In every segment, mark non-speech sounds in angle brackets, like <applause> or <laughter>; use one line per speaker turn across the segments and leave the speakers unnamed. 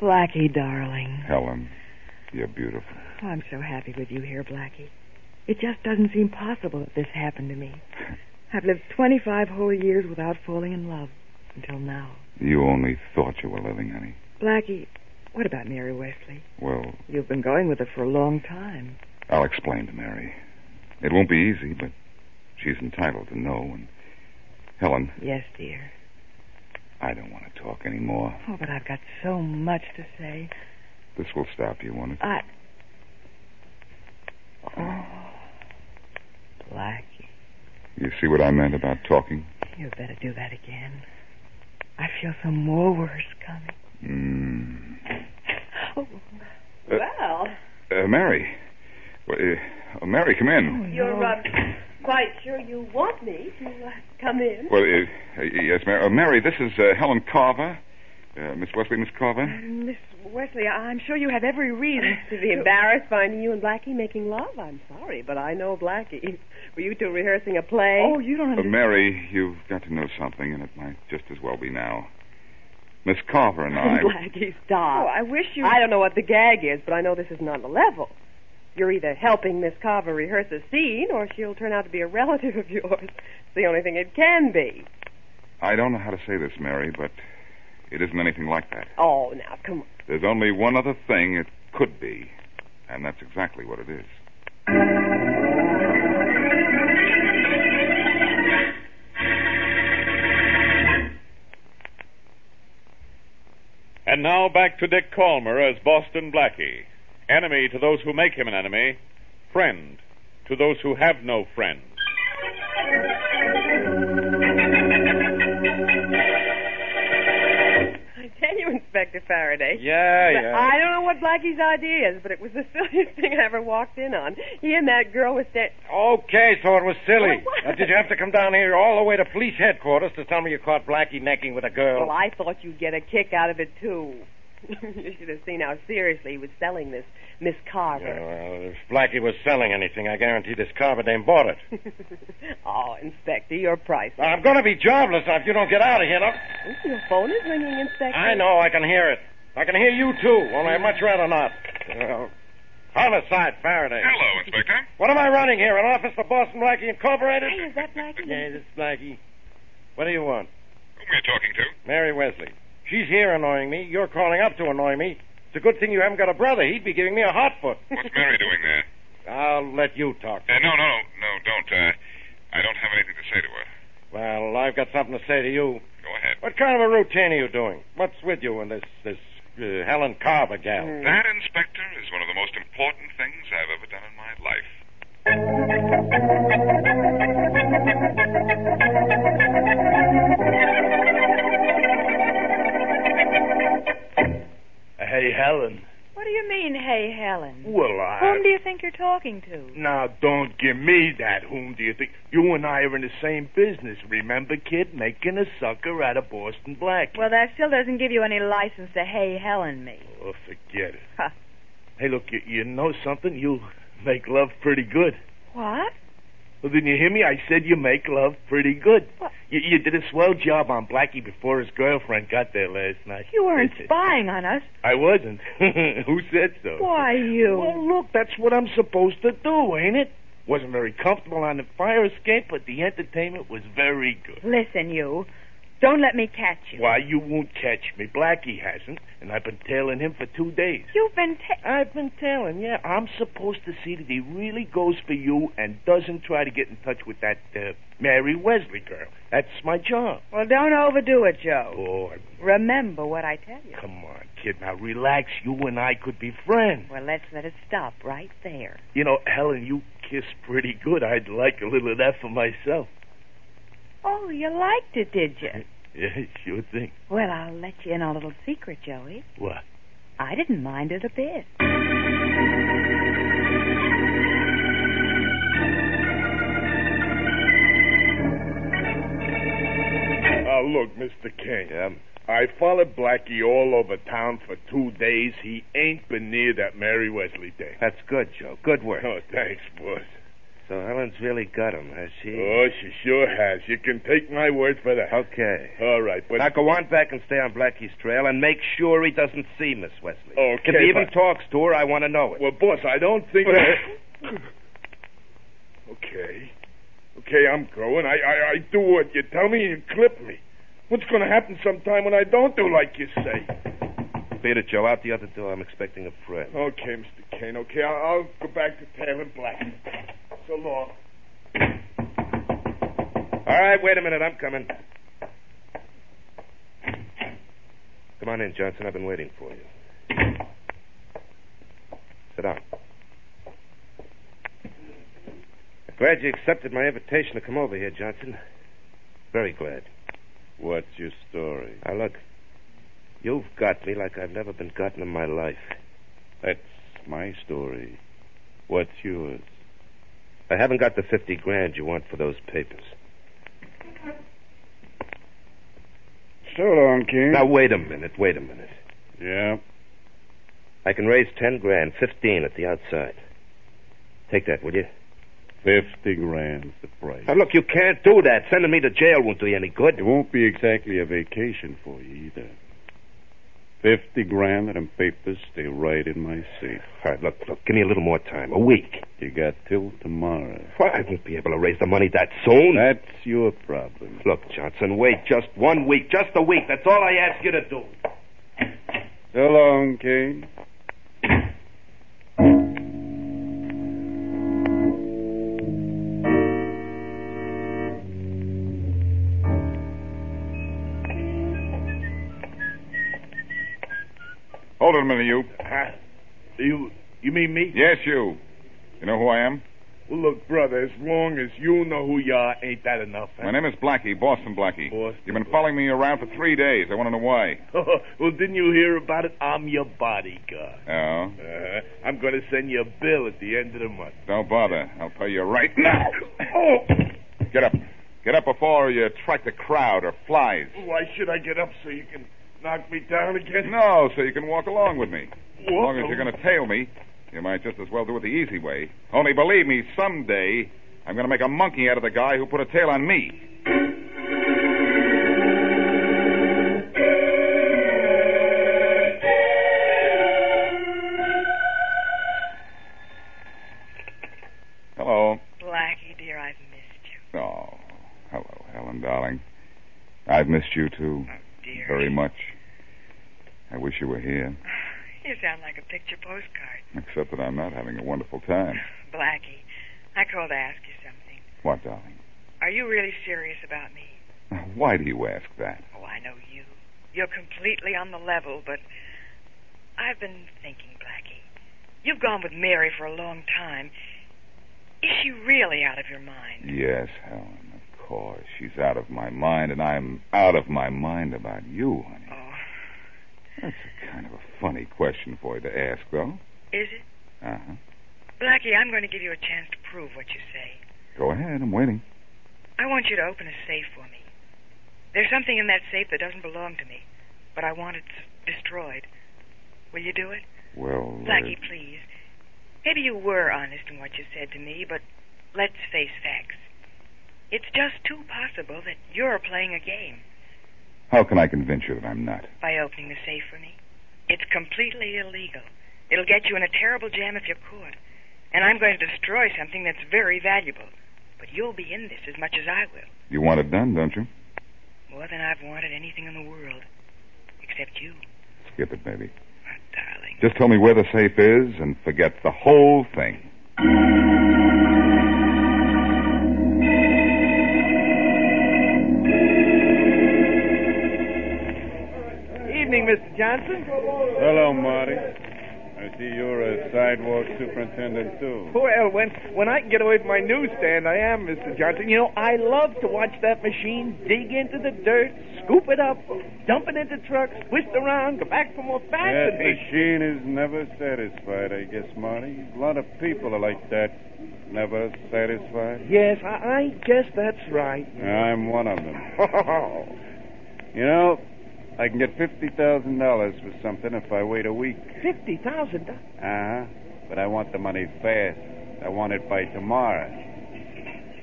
Blackie, darling.
Helen, you're beautiful.
Oh, I'm so happy with you here, Blackie. It just doesn't seem possible that this happened to me. I've lived 25 whole years without falling in love until now.
You only thought you were living, honey.
Blackie, what about Mary Wesley?
Well,
You've been going with her for a long time.
I'll explain to Mary. It won't be easy, but she's entitled to know. And Helen,
Yes, dear.
I don't want to talk anymore.
Oh, but I've got so much to say.
This will stop you, won't it?
I. Oh. Blackie,
You see what I meant about talking?
you better do that again. I feel some more worse coming.
Mm.
Oh,
Uh,
Well,
Uh, Mary. Well, uh, Mary, come in.
you're uh, quite sure you want me to uh, come in.
Well, uh, uh, yes, Mary. Uh, Mary, this is uh, Helen Carver. Uh, Miss Wesley, Miss Carver.
Miss Wesley, I'm sure you have every reason
<laughs> To <laughs> be embarrassed finding you and Blackie making love, I'm sorry, but I know Blackie. <laughs> Were you two rehearsing a play?
Oh, you don't
Uh,
understand.
Mary, you've got to know something, and it might just as well be now. Miss Carver and I.
Blackie, stop.
Oh, I wish you.
I don't know what the gag is, but I know this isn't on the level. You're either helping Miss Carver rehearse a scene, or she'll turn out to be a relative of <laughs> yours. It's the only thing it can be.
I don't know how to say this, Mary, but it isn't anything like that.
Oh, now come on.
There's only one other thing it could be, and that's exactly what it is.
And now back to Dick Calmer as Boston Blackie. Enemy to those who make him an enemy, friend to those who have no friend.
I tell you, Inspector Faraday.
Yeah,
But I don't know what Blackie's idea is, but it was the <laughs> silliest thing I ever walked in on. He and that girl were standing.
Okay, so it
Well,
was silly.
it was.
Now, did you have to come down here all the way to police headquarters to tell me you caught Blackie necking with a girl?
Well, I thought you'd get a kick out of it too. <laughs> you should have seen how seriously he was selling this Miss
Yeah,
Carver.
well, if Blackie was selling anything, I guarantee this Carver dame bought it.
<laughs> oh, Inspector, you're priceless.
I'm going to be jobless now if you don't get out of here. Now,
Your phone is ringing, Inspector.
I know. I can hear it. I can hear you too. Only I'd much rather not. Uh, homicide, Faraday.
Hello, Inspector.
What am I running here? An office for Boston Blackie Incorporated?
Hey, is that Blackie?
Yeah, this is Blackie. What do you want?
Whom are you talking to?
Mary Wesley. She's here annoying me. You're calling up to annoy me. It's a good thing you haven't got a brother. He'd be giving me a hot foot.
What's Mary doing there?
I'll let you talk.
Uh, no, no, no, no, don't. Uh, I don't have anything to say to her.
Well, I've got something to say to you.
Go ahead.
What kind of a routine are you doing? What's with you and this this uh, Helen Carver gal?
That, Inspector, is one of the most important things I've ever done in my life.
Hey, Helen.
What do you mean, hey, Helen?
Well, I.
Whom do you think you're talking to?
Now, don't give me that. Whom do you think? You and I are in the same business, remember, kid? Making a sucker out of Boston Black.
Well, that still doesn't give you any license to hey, Helen me.
Oh, forget it.
Huh.
Hey, look, you, you know something? You make love pretty good.
What?
Well, didn't you hear me? I said you make love pretty good.
What?
You, you did a swell job on Blackie before his girlfriend got there last night.
You weren't spying on us.
I wasn't. <laughs> Who said so?
<laughs>
Why, you.
Well, look, that's what I'm supposed to do, ain't it? Wasn't very comfortable on the fire escape, but the entertainment was very good.
Listen, you. Don't let me catch you.
Why, you won't catch me. Blackie hasn't, and I've been tailing him for two days.
You've been. Ta-
I've been tailing, yeah. I'm supposed to see that he really goes for you and doesn't try to get in touch with that uh, Mary Wesley girl. That's my job.
well, don't overdo it, Joe.
Oh,
Remember what I tell you.
come on, kid. Now relax. You and I could be friends.
Well, let's let it stop right there.
You know, Helen, you kiss pretty good. I'd like a little of that for myself.
Oh, you liked it, did you?
Yeah, sure thing.
Well, I'll let you in on a little secret, Joey.
What?
I didn't mind it a bit.
Uh, look, Mr. King.
um,
I followed Blackie all over town for two days. He ain't been near that Mary Wesley thing.
That's good, Joe. Good work.
Oh, thanks, boss. So Helen's really got him, has she?
Oh, she sure has. You can take my word for that.
Okay.
All right, but
now go on back and stay on Blackie's trail and make sure he doesn't see Miss Wesley.
Okay,
If he even
but-
talks to her, I want to know it.
well, <laughs> boss, I don't
<laughs>
think. okay, okay, I'm going. I, I I do what you tell me. You clip me. What's going to happen sometime when I don't do like you say?
Beat it, Joe. Out the other door. I'm expecting a friend.
Okay, Mr. Kane. Okay, I'll, I'll go back to Taylor Black. So long.
All right, wait a minute. I'm coming. Come on in, Johnson. I've been waiting for you. Sit down. Glad you accepted my invitation to come over here, Johnson. Very glad.
What's your story?
Now, look, you've got me like I've never been gotten in my life.
That's my story. What's yours?
I haven't got the 50 grand you want for those papers.
So long, King.
Now, wait a minute, wait a minute.
Yeah.
I can raise 10 grand, 15 at the outside. Take that, will you?
Fifty grand's the price.
Now, look, you can't do that. Sending me to jail won't do you any good.
It won't be exactly a vacation for you either. Fifty grand and them papers stay right in my safe.
All right, look, look, give me a little more time. A week.
You got till tomorrow.
Well, I won't be able to raise the money that soon.
That's your problem.
Look, Johnson, wait just one week, just a week. That's all I ask you to do.
So long, Kane.
Hold it a minute, you.
Huh? Uh, You, you mean me?
Yes, you. You know who I am?
Well, look, brother, as long as you know who you are, ain't that enough? huh?
My name is Blackie, Boston Blackie.
Boston
You've been following me around for three days. I want to know why.
<laughs> well, didn't you hear about it? I'm your bodyguard.
Oh,
Uh-huh.
Uh, I'm going to send you a bill at the end of the month.
don't bother. I'll pay you right now.
Oh.
Get up. Get up before you attract the crowd or flies.
Why should I get up so you can knock me down again?
No, so you can walk along with me. As
Walk
long as you're going to tail me, you might just as well do it the easy way. Only believe me, someday I'm going to make a monkey out of the guy who put a tail on me. Hello.
Blackie, dear, I've missed you.
Oh, hello, Helen, darling. I've missed you too,
Dear.
very much. I wish you were here,
<sighs> You sound like a picture postcard.
except that I'm not having a wonderful time.
Blackie, I called to ask you something.
What, darling?
Are you really serious about me?
Why do you ask that?
Oh, I know you. You're completely on the level, but I've been thinking, Blackie. You've gone with Mary for a long time. Is she really out of your mind?
Yes, Helen, of course. She's out of my mind, and I'm out of my mind about you, honey.
Oh,
That's a kind of a funny question for you to ask, though.
is it?
Uh huh.
Blackie, I'm going to give you a chance to prove what you say.
Go ahead, I'm waiting.
I want you to open a safe for me. There's something in that safe that doesn't belong to me, but I want it s- destroyed. Will you do it?
Well. uh,
Blackie, please. Maybe you were honest in what you said to me, but let's face facts. It's just too possible that you're playing a game
how can I convince you that I'm not?
by opening the safe for me. It's completely illegal. It'll get you in a terrible jam if you're caught. And I'm going to destroy something that's very valuable. But you'll be in this as much as I will.
You want it done, don't you?
More than I've wanted anything in the world. Except you,
Skip it, baby.
my darling.
Just tell me where the safe is and forget the whole thing.
Evening, Mr. Johnson.
Hello, Marty. I see you're a sidewalk superintendent, too.
Well, uh, when when I can get away from my newsstand, I am, Mr. Johnson. You know, I love to watch that machine dig into the dirt, scoop it up, dump it into trucks, twist around, go back for more
That
faster.
machine is never satisfied, I guess, Marty. A lot of people are like that. Never satisfied.
Yes, I, I guess that's right.
I'm one of them. <laughs> You know, I can get $50,000 for something if I wait a week. Uh-huh.
Fifty thousand.
Uh huh. But I want the money fast. I want it by tomorrow.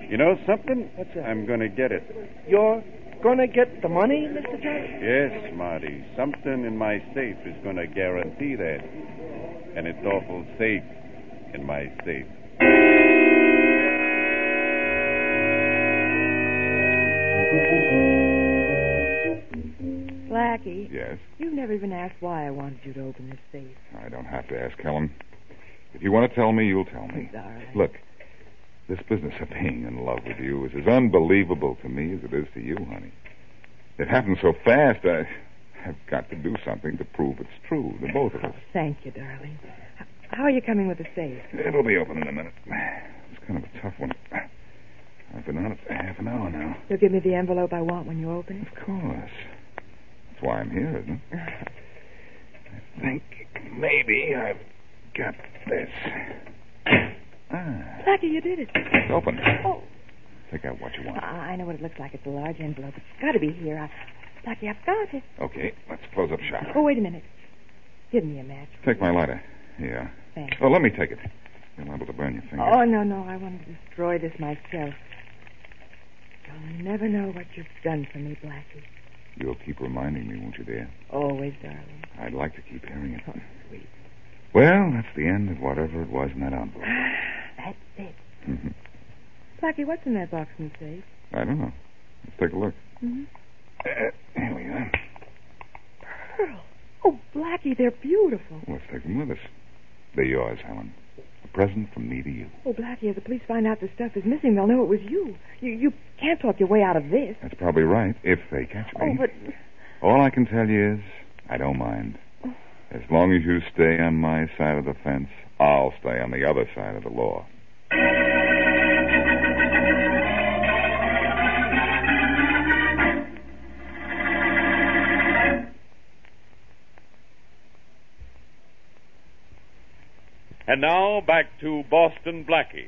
You know something? What's that? I'm going to get it.
You're gonna get the money, Mr. Johnson?
Yes, Marty. Something in my safe is going to guarantee that. And it's awful safe in my safe.
Blackie,
Yes.
you've never even asked why I wanted you to open this safe.
I don't have to ask Helen. If you want to tell me, you'll tell me.
Darling.
Look, this business of being in love with you is as unbelievable to me as it is to you, honey. It happened so fast, I, I've got to do something to prove it's true to both of us.
Thank you, darling. H- How are you coming with the safe?
It'll be open in a minute. It's kind of a tough one. I've been on it for half an hour now.
You'll give me the envelope I want when you open it?
Of course. That's why I'm here, isn't it?
Uh-huh.
I think maybe I've got this. Ah,
Blackie, you did it.
it's open.
Oh.
Take out what you
I,
want.
I know what it looks like. It's a large envelope. It's got to be here. I... Blackie, I've got it.
Okay, let's close up shop.
Oh, wait a minute. Give me a match.
Take my lighter. Yeah.
Thanks.
Oh, let me take it. You're liable to burn your finger.
Oh, no, no. I want to destroy this myself. You'll never know what you've done for me, Blackie.
You'll keep reminding me, won't you, dear?
Always, darling.
I'd like to keep hearing it.
Oh, sweet.
Well, that's the end of whatever it was in that envelope.
<sighs>
<laughs>
That's it.
Mhm.
Blackie, what's in that box in the safe?
I don't know. Let's take a look.
Mm-hmm.
Uh, here we are.
Pearl. Oh, Blackie, they're beautiful.
Let's take them with us. They're yours, Helen. A present from me to you.
Oh, Blackie, if the police find out the stuff is missing, they'll know it was you. You, you can't talk your way out of this.
That's probably right, if they catch me.
Oh, but
All I can tell you is, I don't mind. As long as you stay on my side of the fence, I'll stay on the other side of the law.
And now back to Boston Blackie.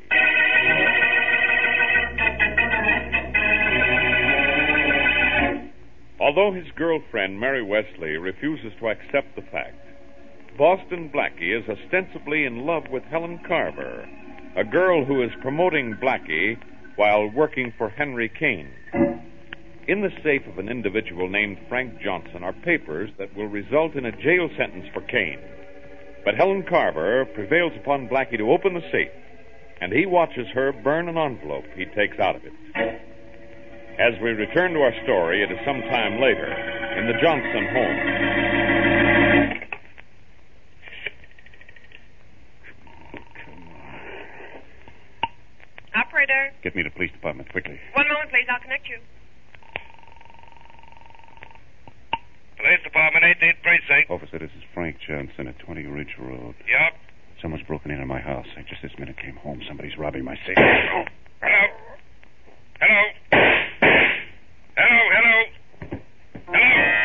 Although his girlfriend, Mary Wesley, refuses to accept the fact, Boston Blackie is ostensibly in love with Helen Carver, a girl who is promoting Blackie while working for Henry Kane. In the safe of an individual named Frank Johnson are papers that will result in a jail sentence for Kane. But Helen Carver prevails upon Blackie to open the safe, and he watches her burn an envelope he takes out of it. As we return to our story, it is some time later in the Johnson home.
Operator,
Get me to the police department quickly.
one moment, please. I'll
<laughs>
connect you.
Police Department, 18th Precinct.
Officer, this is Frank Johnson at 20 Ridge Road.
Yep.
Someone's broken into my house. I just this minute came home. Somebody's robbing my safe.
Hello. Hello. Hello, hello. Hello.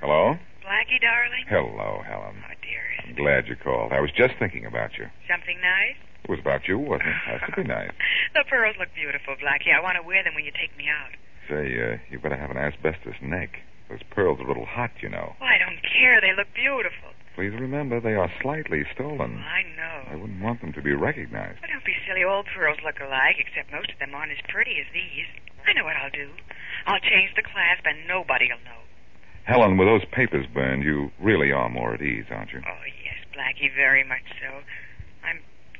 Hello?
Blackie, darling.
Hello, Helen.
Oh, dearest.
I'm glad you called. I was just thinking about you.
Something nice?
It was about you, wasn't it? Has to be nice.
<laughs> the pearls look beautiful, Blackie. I want to wear them when you take me out.
Say, uh, you better have an asbestos neck. Those pearls are a little hot, you know.
Well, I don't care. They look beautiful.
Please remember, they are slightly stolen.
I
I
know.
wouldn't want them to be recognized.
But don't be silly. All pearls look alike, except most of them aren't as pretty as these. I know what I'll do. I'll change the clasp, and nobody'll know.
Helen, with those papers burned, you really are more at ease, aren't you?
Oh, yes, Blackie, very much so. I'm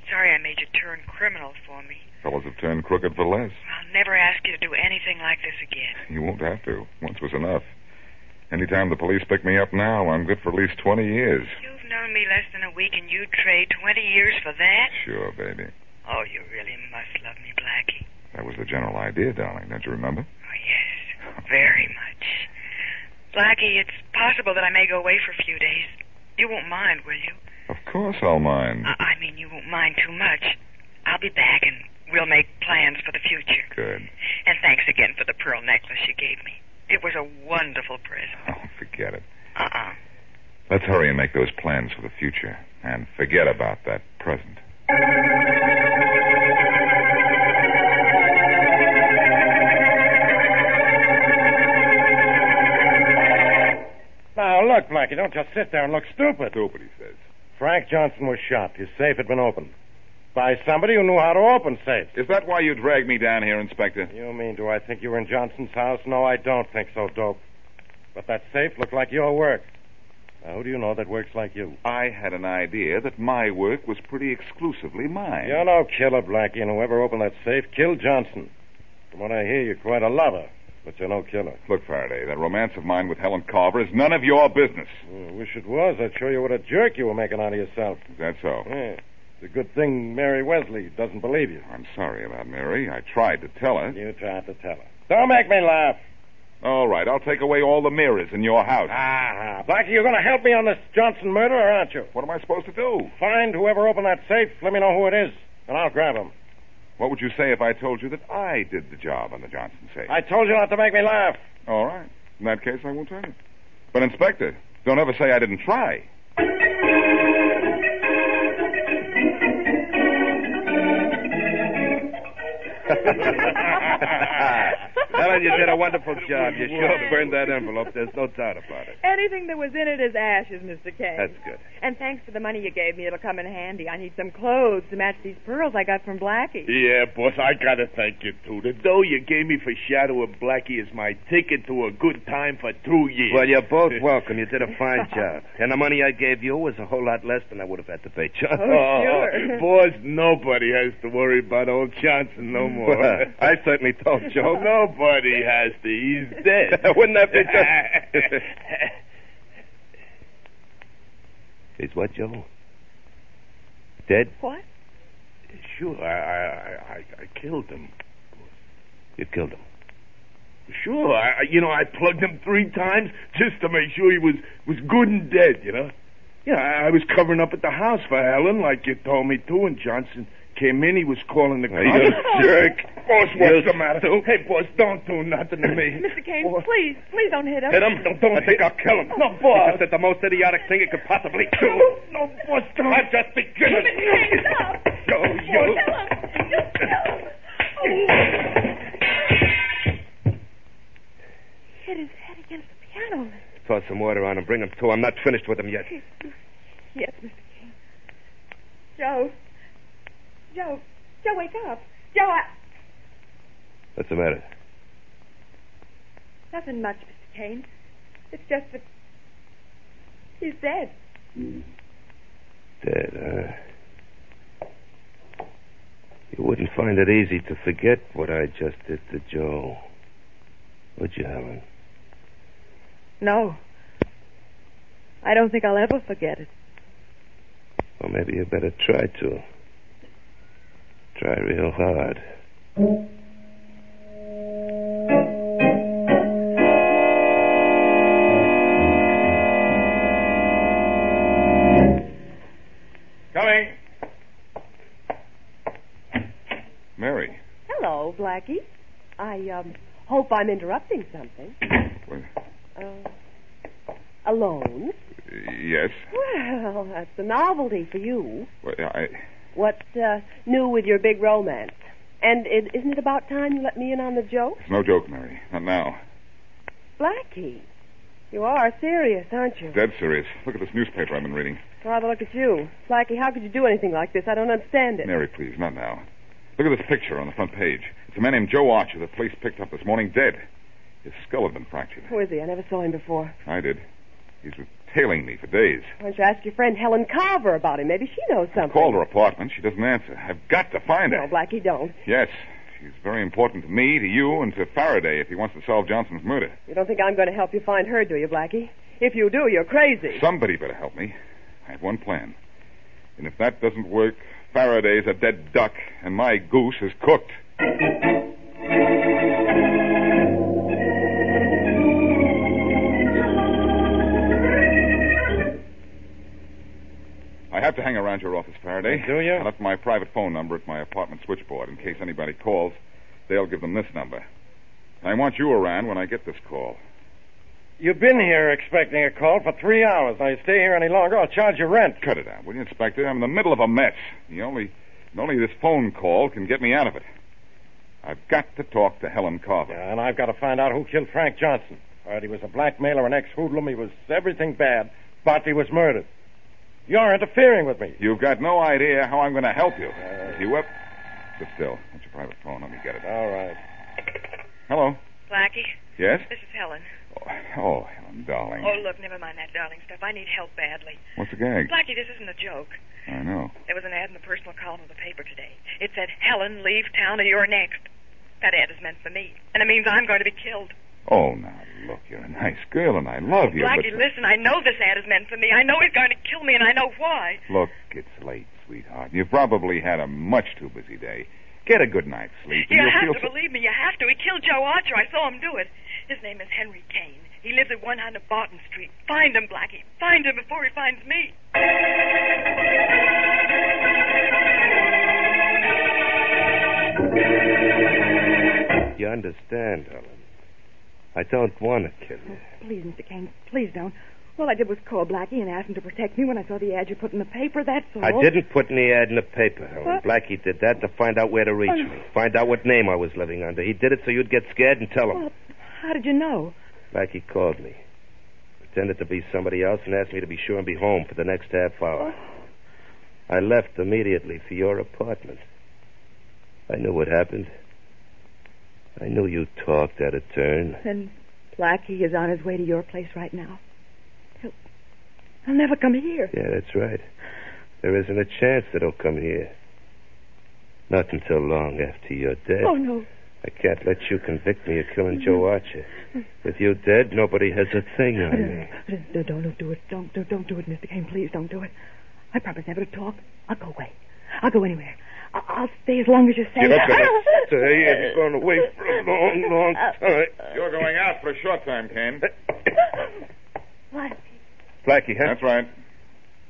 sorry I made you turn criminal for me.
Fellows have turned crooked for less.
I'll never ask you to do anything like this again.
You won't have to. Once was enough. Anytime the police pick me up now, I'm good for at least 20 years.
You've known me less than a week, and you'd trade 20 years for that?
Sure, baby.
Oh, you really must love me, Blackie.
That was the general idea, darling. Don't you remember?
Oh, yes, very much. Blackie, it's possible that I may go away for a few days. You won't mind, will you?
Of course I'll mind.
I, I mean, you won't mind too much. I'll be back, and we'll make plans for the future.
Good.
And thanks again for the pearl necklace you gave me. It was a wonderful present.
Oh, forget it.
Uh-uh.
Let's hurry and make those plans for the future. And forget about that present.
Look, Blackie, don't just sit there and look stupid.
Stupid, he says.
Frank Johnson was shot. His safe had been opened. By somebody who knew how to open safes.
Is that why you dragged me down here, Inspector?
You mean, do I think you were in Johnson's house? No, I don't think so, Dope. But that safe looked like your work. Now, who do you know that works like you?
I had an idea that my work was pretty exclusively mine.
You're no killer, Blackie, and whoever opened that safe killed Johnson. From what I hear, you're quite a lover, but you're no killer.
Look, Faraday, that romance of mine with Helen Carver is none of your business.
Well, I Hmm, wish it was. I'd show you what a jerk you were making out of yourself.
Is that so?
Yeah. It's a good thing Mary Wesley doesn't believe you.
I'm sorry about Mary. I tried to tell her.
You tried to tell her. Don't make me laugh.
All right, I'll take away all the mirrors in your house.
Ah, Blackie, you're going to help me on this Johnson murder, or aren't you?
What am I supposed to do?
Find whoever opened that safe. Let me know who it is, and I'll grab him.
What would you say if I told you that I did the job on the Johnson safe?
I told you not to make me laugh.
All right. In that case, I won't tell you. But, Inspector, don't ever say I didn't try. Ah.
Helen, you did a wonderful job. You sure burned that envelope. There's no doubt about it.
Anything that was in it is ashes, Mr. Kane.
That's good.
And thanks for the money you gave me. It'll come in handy. I need some clothes to match these pearls I got from Blackie.
Yeah, boss, I gotta thank you, too. The dough you gave me for Shadow of Blackie is my ticket to a good time for two years.
Well, you're both welcome. You did a fine job. And the money I gave you was a whole lot less than I would have had to pay <laughs> John.
Oh, sure.
Uh, <laughs>
<laughs>
boss, nobody has to worry about old Johnson no <laughs> more.
I certainly don't, Joe.
Nobody has to. He's
<laughs>
dead.
Wouldn't <laughs> that be just... Is what, Joe? Dead?
What?
Sure, I, I, I, I killed him. You killed him.
Sure, I, I- you know, I plugged him three times just to make sure he was was good and dead. You know, yeah, I, I was covering up at the house for Helen, like you told me to, and Johnson came in. He was calling the cops.
you jerk.
boss,
You
what's the matter? Hey, boss, don't do nothing to me.
Mr. Kane, please, please don't hit him. Oh.
Hit him? Don't, don't I think I'll kill him. No, boss.
That's the most idiotic thing it could possibly do.
No, boss, don't. I'm just beginning. Go, you.
Oh. Hit his head against the piano.
Toss some water on him. Bring him to. I'm not finished with him yet.
Yes, Mr. Kane. Joe. Joe. Joe, wake up. Joe, I...
What's the matter?
Nothing much, Mr. Kane. It's just that... He's dead.
Dead, huh? uh, You wouldn't find it easy to forget what I just did to Joe. Would you, Helen?
No. I don't think I'll ever forget it.
Or maybe you better try to. Try real hard.
Coming. Mary.
Hello, Blackie. I um hope I'm interrupting something.
Well,
Uh, alone?
yes.
Well, that's a novelty for you.
Well, I,
What's uh, new with your big romance? And it, isn't it about time you let me in on the joke,
it's no joke, Mary. Not now.
Blackie? You are serious, aren't you?
Dead serious. Look at this newspaper I've been reading.
Father, look at you, Blackie. How could you do anything like this? I don't understand it.
Mary, please, not now. Look at this picture on the front page. It's a man named Joe Archer the police picked up this morning dead. His skull had been fractured.
Who is he? I never saw him before.
I did. He's been tailing me for days.
Why don't you ask your friend Helen Carver about him? Maybe she knows something.
Called her apartment. She doesn't answer. I've got to find her.
No, Blackie, don't.
Yes. She's very important to me, to you, and to Faraday if he wants to solve Johnson's murder.
You don't think I'm going to help you find her, do you, Blackie? If you do, you're crazy.
Somebody better help me. I have one plan. And if that doesn't work, Faraday's a dead duck, and my goose is cooked. I have to hang around your office, Faraday.
Do you?
I left my private phone number at my apartment switchboard in case anybody calls. They'll give them this number. I want you around when I get this call.
You've been here expecting a call for three hours. Now you stay here any longer, I'll charge you rent.
Cut it out, will you, Inspector? I'm in the middle of a mess. The only, and only this phone call can get me out of it. I've got to talk to Helen Carver.
Yeah, and I've got to find out who killed Frank Johnson. All right, he was a blackmailer, an ex-hoodlum. He was everything bad, but he was murdered. You're interfering with me.
You've got no idea how I'm going to help you. If you up. Sit still. That's your private phone. Let me get it.
All right.
Hello.
Blackie?
Yes?
This is Helen.
Oh, Helen, darling.
Oh, look, never mind that darling stuff. I need help badly.
What's the gag?
Blackie, this isn't a joke.
I know.
There was an ad in the personal column of the paper today. It said, Helen, leave town or you're next. That ad is meant for me, and it means I'm going to be killed.
Oh, now, look, you're a nice girl, and I love you.
Blackie,
but...
listen, I know this ad is meant for me. I know he's going to kill me, and I know why.
Look, it's late, sweetheart. You've probably had a much too busy day. Get a good night's sleep. and
you
you'll
have
feel
to
so-
believe me. You have to. He killed Joe Archer. I saw him do it. His name is Henry Kane. He lives at 100 Barton Street. Find him, Blackie. Find him before he finds me.
You understand, Helen. I don't want to kill you.
Oh, Please, Mr. Kane, please don't. All I did was call Blackie and ask him to protect me when I saw the ad you put in the paper. That's all.
I didn't put any ad in the paper, Helen.
What?
Blackie did that to find out where to reach
Oh, no.
me, find out what name I was living under. He did it so you'd get scared and tell him.
Well, how did you know?
Blackie called me, pretended to be somebody else, and asked me to be sure and be home for the next half hour. I left immediately for your apartment. I knew what happened. I knew you talked out of turn.
Then Blackie is on his way to your place right now. He'll, he'll never come here.
Yeah, that's right. There isn't a chance that he'll come here. Not until long after you're dead.
Oh, no.
I can't let you convict me of killing Joe Archer. With you dead, nobody has a thing on me.
No, don't, don't do it. Don't, don't, don't do it, Mr. Kane. Please don't do it. I promise never to talk. I'll go away. I'll go anywhere. I'll, I'll stay as long as you say.
You're not
<laughs>
going to stay and you're going away for a long, long
Uh,
time.
You're going out for a short time, Kane.
What?
Blackie, huh?
That's right.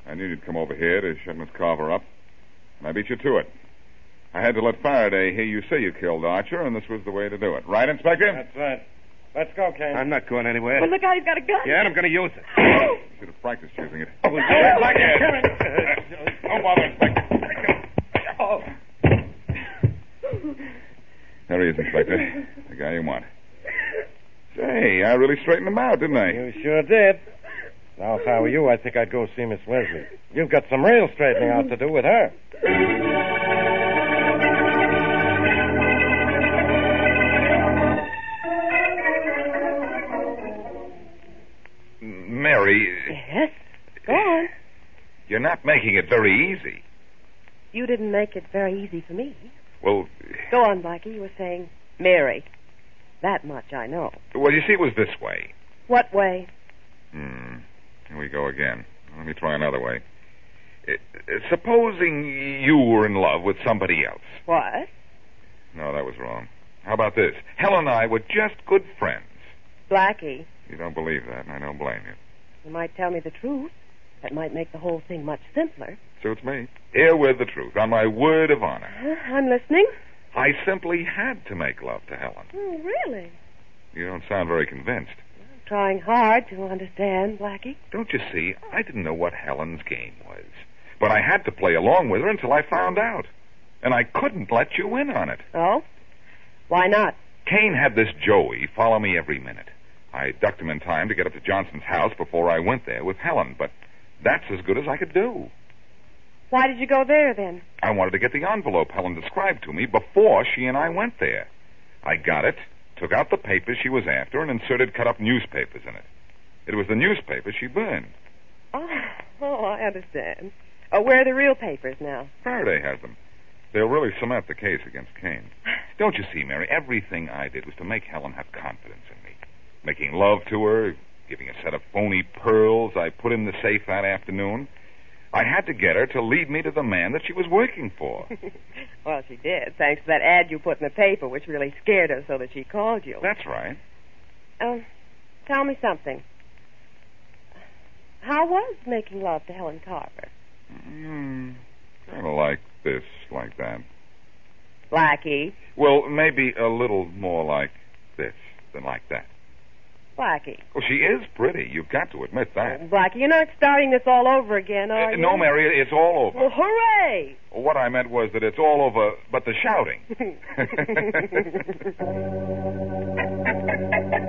I knew you'd come over here to shut Miss Carver up, and I beat you to it. I had to let Faraday hear you say you killed Archer, and this was the way to do it. Right, Inspector?
That's right. Let's go, Kane.
I'm not going anywhere.
But look out, he's got a gun.
Yeah, and I'm going to use it.
Should have practiced using it.
Oh,
yeah, like it.
Don't bother, Inspector.
Oh.
There he is, Inspector. the guy you want. Say, I really straightened him out, didn't I?
You sure did. Now, if I were you, I think I'd go see Miss Wesley. You've got some real straightening out to do with her.
Mary,
Yes? Go on.
you're not making it very easy.
You didn't make it very easy for me.
Well,
Go on, Blackie. You were saying Mary. That much I know.
well, you see, it was this way.
What way?
Hmm. Here we go again. Let me try another way.
Supposing you were in love with somebody else.
What?
No, that was wrong.
How about this? Helen and I were just good friends.
Blackie,
You don't believe that, and I don't blame you.
you might tell me the truth. That might make the whole thing much simpler.
Suits me. Here with the truth, on my word of honor.
Huh? I'm listening.
I simply had to make love to Helen.
Oh, really?
You don't sound very convinced.
I'm trying hard to understand, Blackie.
Don't you see? I didn't know what Helen's game was. But I had to play along with her until I found out. And I couldn't let you in on it.
Oh? Why not?
Kane had this Joey follow me every minute. I ducked him in time to get up to Johnson's house before I went there with Helen, but that's as good as I could do.
Why did you go there then?
I wanted to get the envelope Helen described to me before she and I went there. I got it, took out the papers she was after, and inserted cut up newspapers in it. It was the newspaper she burned.
Oh, <laughs> oh I understand. Oh, where are the real papers now? <laughs>
Faraday has them. They'll really cement the case against Kane.
Don't you see, Mary? Everything I did was to make Helen have confidence in me. Making love to her, giving a set of phony pearls I put in the safe that afternoon. I had to get her to lead me to the man that she was working
<laughs>
for.
Well, she did, thanks to that ad you put in the paper, which really scared her so that she called you.
That's right.
Um, tell me something. How was making love to Helen Carver?
Hmm.
Mm,
Kind of like this, like that.
Blackie.
Well, maybe a little more like this than like that.
Blackie.
Well, she is pretty. You've got to admit that.
Blackie, you're not starting this all over again, are
Uh,
you?
no, Mary, it's all over.
Well,
<laughs>
hooray!
What I meant <laughs>
<laughs>
was that it's all over, but the shouting.